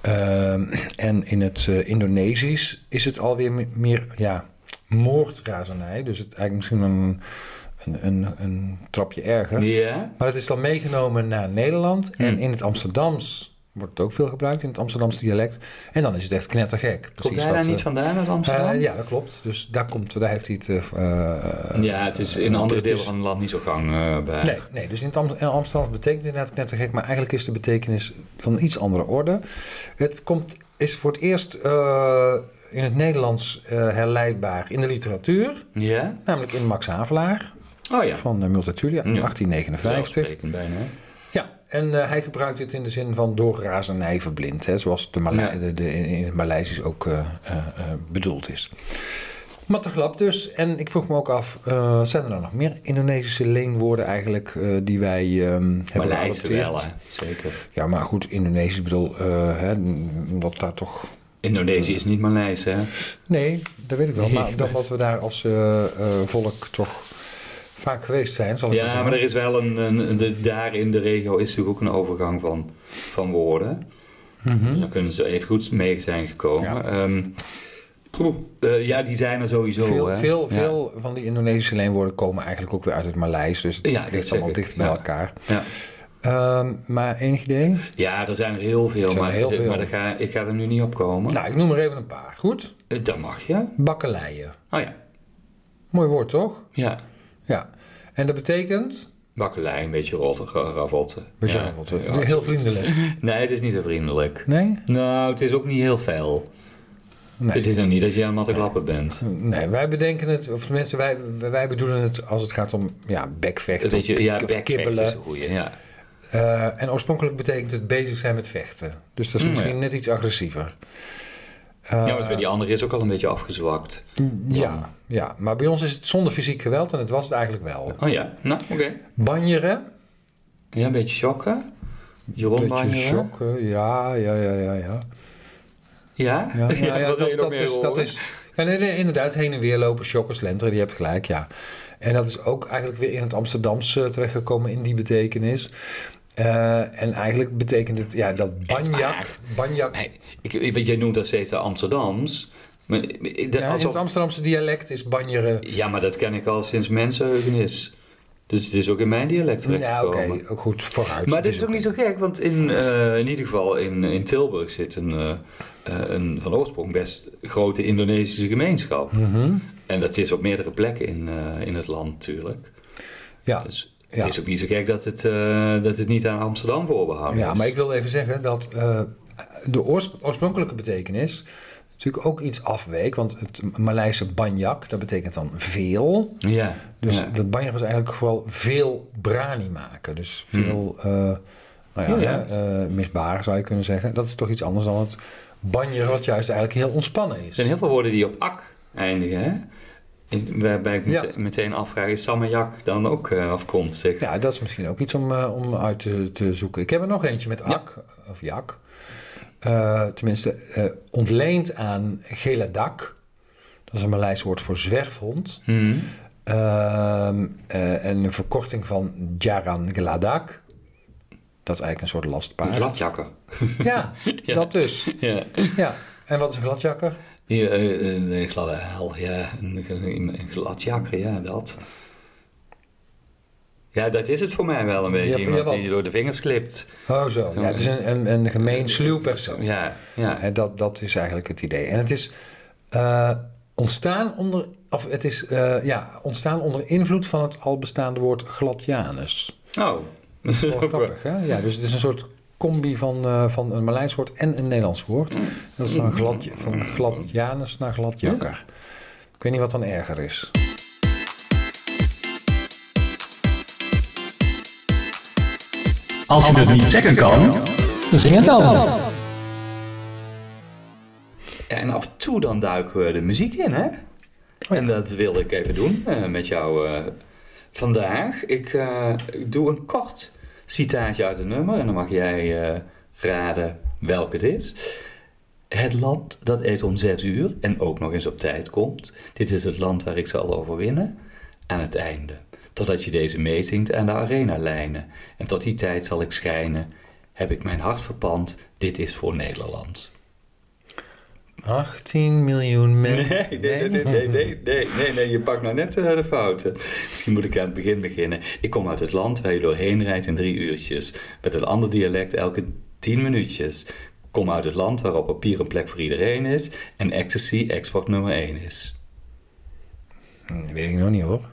C: Ehm, en in het eh, Indonesisch is het alweer me- meer ja, moordrazernij. Dus het eigenlijk misschien een, een, een, een trapje erger.
A: Ja?
C: Maar het is dan meegenomen naar Nederland. En
A: Hmm.
C: in het Amsterdams wordt het ook veel gebruikt, in het Amsterdamse dialect. En dan is het echt knettergek.
A: Komt
C: Precies
A: hij
C: wat,
A: daar
C: eh,
A: niet vandaan uit Amsterdam?
C: eh, ja, dat klopt. Dus daar, komt, daar heeft hij het... eh, eh,
A: ja, het is in
C: eh,
A: andere
C: het
A: delen
C: is-
A: van het land niet zo gang eh, bij.
C: Nee, nee, dus in, het Am- in Amsterdam betekent het inderdaad knettergek, maar eigenlijk is de betekenis van iets andere orde. Het komt, is voor het eerst eh, in het Nederlands eh, herleidbaar in de literatuur,
A: Ja?
C: namelijk in Max Havelaar
A: Oh ja.
C: van eh, Multatuli uit
A: Ja.
C: 1859.
A: Zelfsprekend bijna. hè?
C: Ja, en eh, hij gebruikt het in de zin van door razernij verblind. Hè, zoals de Mala-
A: Ja.
C: de, de- in, in het Maleisisch ook eh, eh, eh, bedoeld is. Matteglap dus. En ik vroeg me ook af, eh, zijn er dan nog meer Indonesische leenwoorden eigenlijk eh, die wij ehm, hebben
A: Maleise wel,
C: geadopteerd?
A: hè. zeker.
C: Ja, maar goed, Indonesisch ik bedoel, eh, hè, omdat daar toch...
A: Indonesië is niet Maleis, hè?
C: Nee, dat weet ik wel.
A: Nee,
C: Maar
A: maar-
C: omdat we daar als eh, eh, volk toch vaak geweest zijn, zal ik maar
A: Ja,
C: zeggen.
A: maar er is wel een, een de, daar in de regio is natuurlijk ook een overgang van, van woorden.
C: Mhm.
A: Dus dan kunnen ze even goed mee zijn gekomen.
C: Ja.
A: Ehm, poeh, eh, ja, die zijn er sowieso.
C: Veel,
A: hè?
C: veel,
A: Ja.
C: veel van die Indonesische leenwoorden komen eigenlijk ook weer uit het Maleis. Dus het
A: Ja, dat
C: ligt
A: zeg
C: allemaal
A: ik.
C: dicht bij
A: Ja.
C: elkaar.
A: Ja.
C: Ehm, maar enig idee?
A: ja, er zijn er heel veel,
C: zijn er
A: maar,
C: heel veel.
A: maar daar ga, ik ga er nu niet op komen.
C: Nou, ik noem er even een paar. Goed?
A: Eh, Dat mag je.
C: Bakkeleien.
A: Oh ja,
C: Mooi woord, toch?
A: ja.
C: Ja. En dat betekent...
A: Bakkelei, een beetje rotte, ravotten.
C: Bezuiveld.
A: Ja. Ja.
C: Heel vriendelijk.
A: Nee, het is niet zo vriendelijk.
C: Nee?
A: Nou, het is ook niet heel fel.
C: Nee.
A: Het is dan niet dat je aan matte klappen bent.
C: Nee, wij bedenken het, of tenminste, wij, wij bedoelen het als het gaat om ja, bekvechten.
A: Weet je,
C: of
A: ja,
C: pik- of
A: backfact
C: kibbelen.
A: is een goeie, ja.
C: Eh, en oorspronkelijk betekent het bezig zijn met vechten. Dus dat is
A: Mm,
C: misschien
A: ja.
C: net iets agressiever.
A: Ah, ja, maar bij die andere is ook al een beetje afgezwakt.
C: Ja, ja, maar bij ons is het zonder fysiek geweld en het was het eigenlijk wel.
A: Oh ja, nou, oké.
C: Banjeren.
A: Ja, een beetje shocken. Jeroen
C: Beetje
A: Banjeren.
C: shocken. Ja, ja, ja, ja, ja.
A: Ja?
C: ja, ja,
A: wat
C: dat,
A: wil je nog
C: dat
A: meer
C: is, dat
A: horen?
C: is, ja, nee, nee, inderdaad, heen en weer lopen, shocken, slenteren, je hebt gelijk, ja. En dat is ook eigenlijk weer in het Amsterdamse eh, terechtgekomen in die betekenis. Eh, en eigenlijk betekent het, ja, dat
A: Echt
C: banjak,
A: waar?
C: banjak
A: Nee, ik, ik weet, jij noemt dat steeds de Amsterdams. Maar, ik- dat-
C: ja, in
A: alsof-
C: het Amsterdamse dialect is banjeren.
A: ja, maar dat ken ik al sinds mensenheugenis. Dus het is ook in mijn dialect
C: Ja, oké,
A: terechtgekomen.
C: goed, vooruit.
A: Maar
C: Het
A: dit is ook niet zo gek, want in, eh, in ieder geval in, in Tilburg zit een, eh, eh, een van oorsprong best grote Indonesische gemeenschap. En dat is op meerdere plekken in, eh, in het land natuurlijk.
C: Ja,
A: Dus
C: Ja.
A: het is ook niet zo gek dat het, eh, dat het niet aan Amsterdam voorbehouden
C: Ja,
A: is.
C: maar ik wil even zeggen dat eh, de oors- oorspronkelijke betekenis natuurlijk ook iets afweek. Want het Maleise banyak, dat betekent dan veel.
A: Ja,
C: Dus
A: ja.
C: dat banyak was eigenlijk vooral veel brani maken. Dus veel eh nou ja,
A: Hm. Ja, ja.
C: eh, misbaar zou je kunnen zeggen. Dat is toch iets anders dan het banjer wat juist eigenlijk heel ontspannen
A: Er
C: is.
A: zijn heel veel woorden die op ak eindigen, hè? In- Waarbij ik
C: Ja.
A: mete- meteen afvraag, is Samayak dan ook eh, afkomstig?
C: Ja, dat is misschien ook iets om, eh, om uit te, te zoeken. Ik heb er nog eentje met ak, of jak. Eh, tenminste, eh, ontleend aan gele dak. Dat is een Maleis woord voor zwerfhond.
A: Mhm.
C: Ehm, eh, en een verkorting van Jaran Gladak. Dat is eigenlijk een soort lastpaard.
A: Gladjakker.
C: Ja, dat dus.
A: Ja.
C: Ja. En wat is een gladjakker?
A: Ja, eh, een, een gladde hel, ja. Een, een, een glad jakker, ja, dat. Ja, dat is het voor mij wel een beetje.
C: Ja,
A: Iemand
C: ja,
A: die
C: wat?
A: door de vingers klipt.
C: Oh zo, Eh, ja, het is een, een, een gemeen sluw persoon.
A: Ja, ja.
C: Hè, dat, dat is eigenlijk het idee. En het is eh, ontstaan onder... Of het is eh, ja, ontstaan onder invloed van het al bestaande woord gladjanus.
A: Oh, dat is
C: Wel
A: ook wel-
C: grappig, hè? Ja, dus het is een soort combi van, eh, van een Maleis woord en een Nederlands woord. Dat is dan glad, van gladjanus naar gladjakker. Ik weet niet wat dan erger is.
F: Als je het niet checken kan, zing het dan.
A: Ja, En af en toe dan duiken we de muziek in, hè? En dat wilde ik even doen eh, met jou eh, vandaag. Ik, eh, ik doe een kort citaatje uit een nummer en dan mag jij eh, raden welk het is. Het land dat eet om zes uur en ook nog eens op tijd komt. Dit is het land waar ik zal overwinnen. Aan het einde. Totdat je deze meezingt aan de arenalijnen. En tot die tijd zal ik schijnen. Heb ik mijn hart verpand. Dit is voor Nederland.
C: 18 miljoen
A: Nee,
C: mensen.
A: nee, nee, nee, nee, nee, nee, nee, je pakt nou net eh, de fouten. Misschien moet ik aan het begin beginnen. Ik kom uit het land waar je doorheen rijdt in drie uurtjes. Met een ander dialect elke tien minuutjes. Kom uit het land waar op papier een plek voor iedereen is en ecstasy export nummer één is.
C: Dat Hm, weet ik nog niet hoor.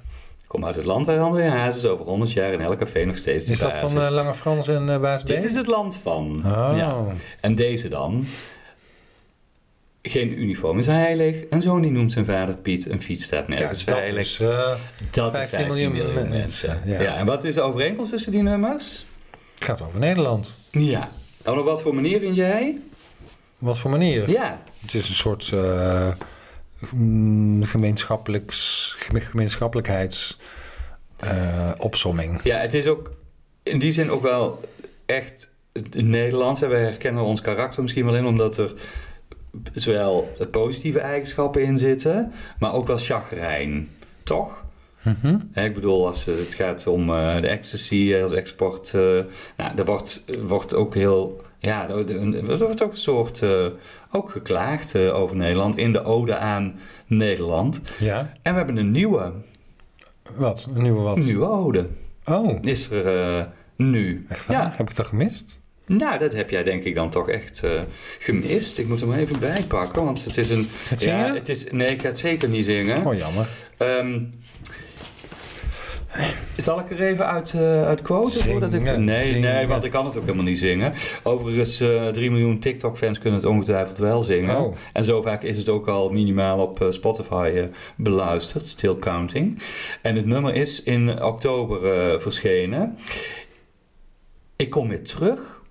A: Kom uit het land waar André Hazes over 100 jaar in elk café nog steeds de
C: Is dat
A: baas
C: van eh, Lange Frans en eh Baas B?
A: Dit is het land van.
C: Oh.
A: Ja. En deze dan. Geen uniform is heilig. Een zoon die noemt zijn vader Piet. Een fiets staat
C: Ja,
A: nergens
C: dat
A: veilig.
C: is, eh,
A: Dat
C: 15
A: is 15 miljoen,
C: miljoen
A: mensen.
C: mensen,
A: Ja.
C: ja.
A: en wat is de overeenkomst tussen die nummers?
C: het gaat over Nederland.
A: Ja. En op wat voor manier vind jij?
C: Wat voor manier?
A: Ja.
C: Het is een soort eh, mm, gemeenschappelijks, geme- gemeenschappelijkheids eh, opsomming.
A: Ja, het is ook in die zin ook wel echt het Nederlands. En we herkennen ons karakter misschien wel in, omdat er zowel positieve eigenschappen in zitten, maar ook wel chagrijn. Toch?
C: Mhm.
A: Hè, Ik bedoel, als het gaat om eh, de ecstasy als export, eh, nou, daar wordt, wordt ook heel, ja, er er wordt ook een soort, eh, ook geklaagd eh, over Nederland in de ode aan Nederland.
C: Ja.
A: En we hebben een nieuwe,
C: Wat? Een nieuwe wat?
A: nieuwe ode.
C: Oh,
A: Is er eh, nu.
C: echt waar?
A: Ja,
C: Heb ik dat gemist?
A: nou, dat heb jij denk ik dan toch echt eh, gemist. Ik moet hem even bijpakken, want het is een...
C: Het
A: ja,
C: zingen?
A: het is, nee, ik ga het zeker niet zingen.
C: Oh, jammer.
A: Ehm, zal ik er even uit, eh uit quoten voordat ik...
C: Zingen,
A: Nee, nee,
C: zingen.
A: want ik kan het ook helemaal niet zingen. Overigens, eh 3 miljoen TikTok-fans kunnen het ongetwijfeld wel zingen.
C: Oh.
A: En zo vaak is het ook al minimaal op eh, Spotify eh, beluisterd. Still counting. En het nummer is in oktober eh, verschenen. Ik kom weer terug.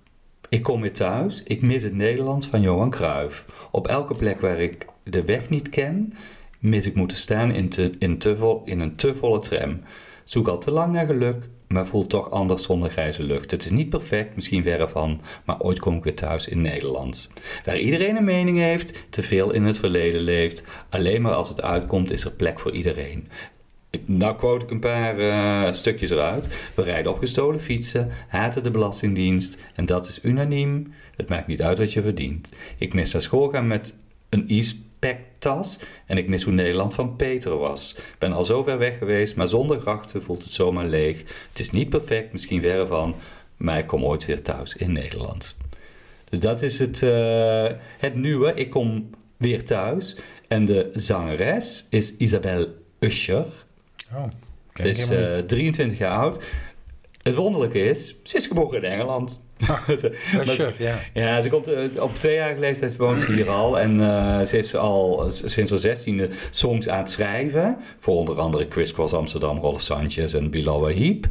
A: Ik kom weer thuis. Ik mis het Nederlands van Johan Cruijff. Op elke plek waar ik de weg niet ken, mis ik moeten staan in, te, in, te vol, in een te volle tram. Zoek al te lang naar geluk, maar voel toch anders zonder grijze lucht. Het is niet perfect, misschien verre van, maar ooit kom ik weer thuis in Nederland. Waar iedereen een mening heeft, te veel in het verleden leeft. Alleen maar als het uitkomt is er plek voor iedereen. Nou quote ik een paar eh, stukjes eruit. We rijden op gestolen fietsen, haten de belastingdienst en dat is unaniem. Het maakt niet uit wat je verdient. Ik mis naar school gaan met een e-spec tas en ik mis hoe Nederland van Peter was. Ben al zo ver weg geweest, maar zonder grachten voelt het zomaar leeg. Het is niet perfect, misschien verre van, maar ik kom ooit weer thuis in Nederland. Dus dat is het, eh, het nieuwe. Ik kom weer thuis. En de zangeres is Isabel Usher.
C: Oh, ken
A: Ze
C: ik
A: is
C: helemaal
A: eh,
C: niet.
A: 23 jaar oud. Het wonderlijke is, ze is geboren in Engeland. Maar ze-
C: Usher, ja.
A: ja, ze komt eh, op tweejarige leeftijd woont ze hier al. En eh, ze is al eh, sinds haar zestiende songs aan het schrijven. Voor onder andere Chris Cross Amsterdam, Rolf Sanchez en Bilal Wahib.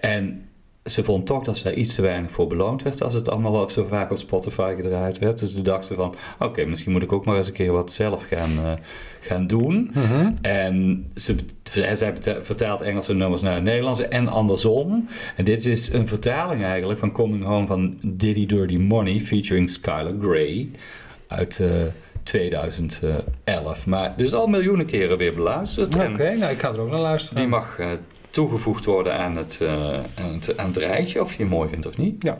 A: En ze vond toch dat ze daar iets te weinig voor beloond werd als het allemaal wel zo vaak op Spotify gedraaid werd. Dus ze dacht ze van, oké, misschien moet ik ook maar eens een keer wat zelf gaan, eh, gaan doen. En ze, zij- zij beta- vertaalt Engelse nummers naar het Nederlands en andersom. En dit is een vertaling eigenlijk van Coming Home van Diddy Dirty Money featuring Skylar Grey uit eh, 2011. Maar dus al miljoenen keren weer beluisterd.
C: Oké,
A: eh, En
C: nou ik ga er ook naar luisteren.
A: die mag eh, toegevoegd worden aan het, eh, aan, het, aan het rijtje, of je hem mooi vindt of niet.
C: Ja,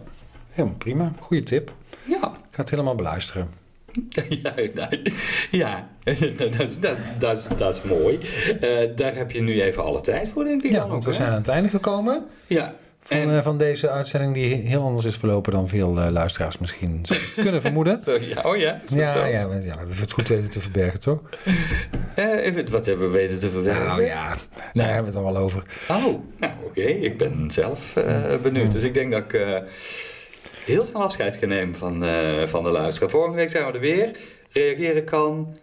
C: helemaal prima. Goeie tip.
A: Ja,
C: Ik ga het helemaal beluisteren.
A: Ja, nou, ja. dat, is, dat, is- dat, is, dat is mooi. Eh, daar heb je nu even alle tijd voor, denk ik.
C: Ja,
A: dan
C: want
A: ook,
C: we
A: hè?
C: zijn aan het einde gekomen
A: Ja.
C: van,
A: En-
C: eh, van deze uitzending die heel anders is verlopen dan veel eh, luisteraars misschien kunnen vermoeden.
A: Zo, ja, oh ja, is dat zo?
C: Ja, ja, maar, ja, we hebben het goed weten te verbergen, toch?
A: Eh, even- wat hebben we weten te verwerken?
C: Nou ja, daar hebben we het al wel over.
A: Oh, nou oké, ik ben zelf eh, benieuwd. Dus ik denk dat ik eh, heel snel afscheid ga nemen van, eh, van de luisteraar. Volgende week zijn we er weer. Reageren kan.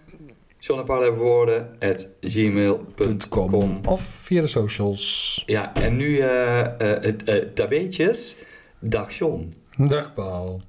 A: John en Paul hebben woorden. at gmail.com.
C: .com of via de socials.
A: Ja, en nu eh eh eh, eh, tabeetjes. Dag John.
C: Dag Paul.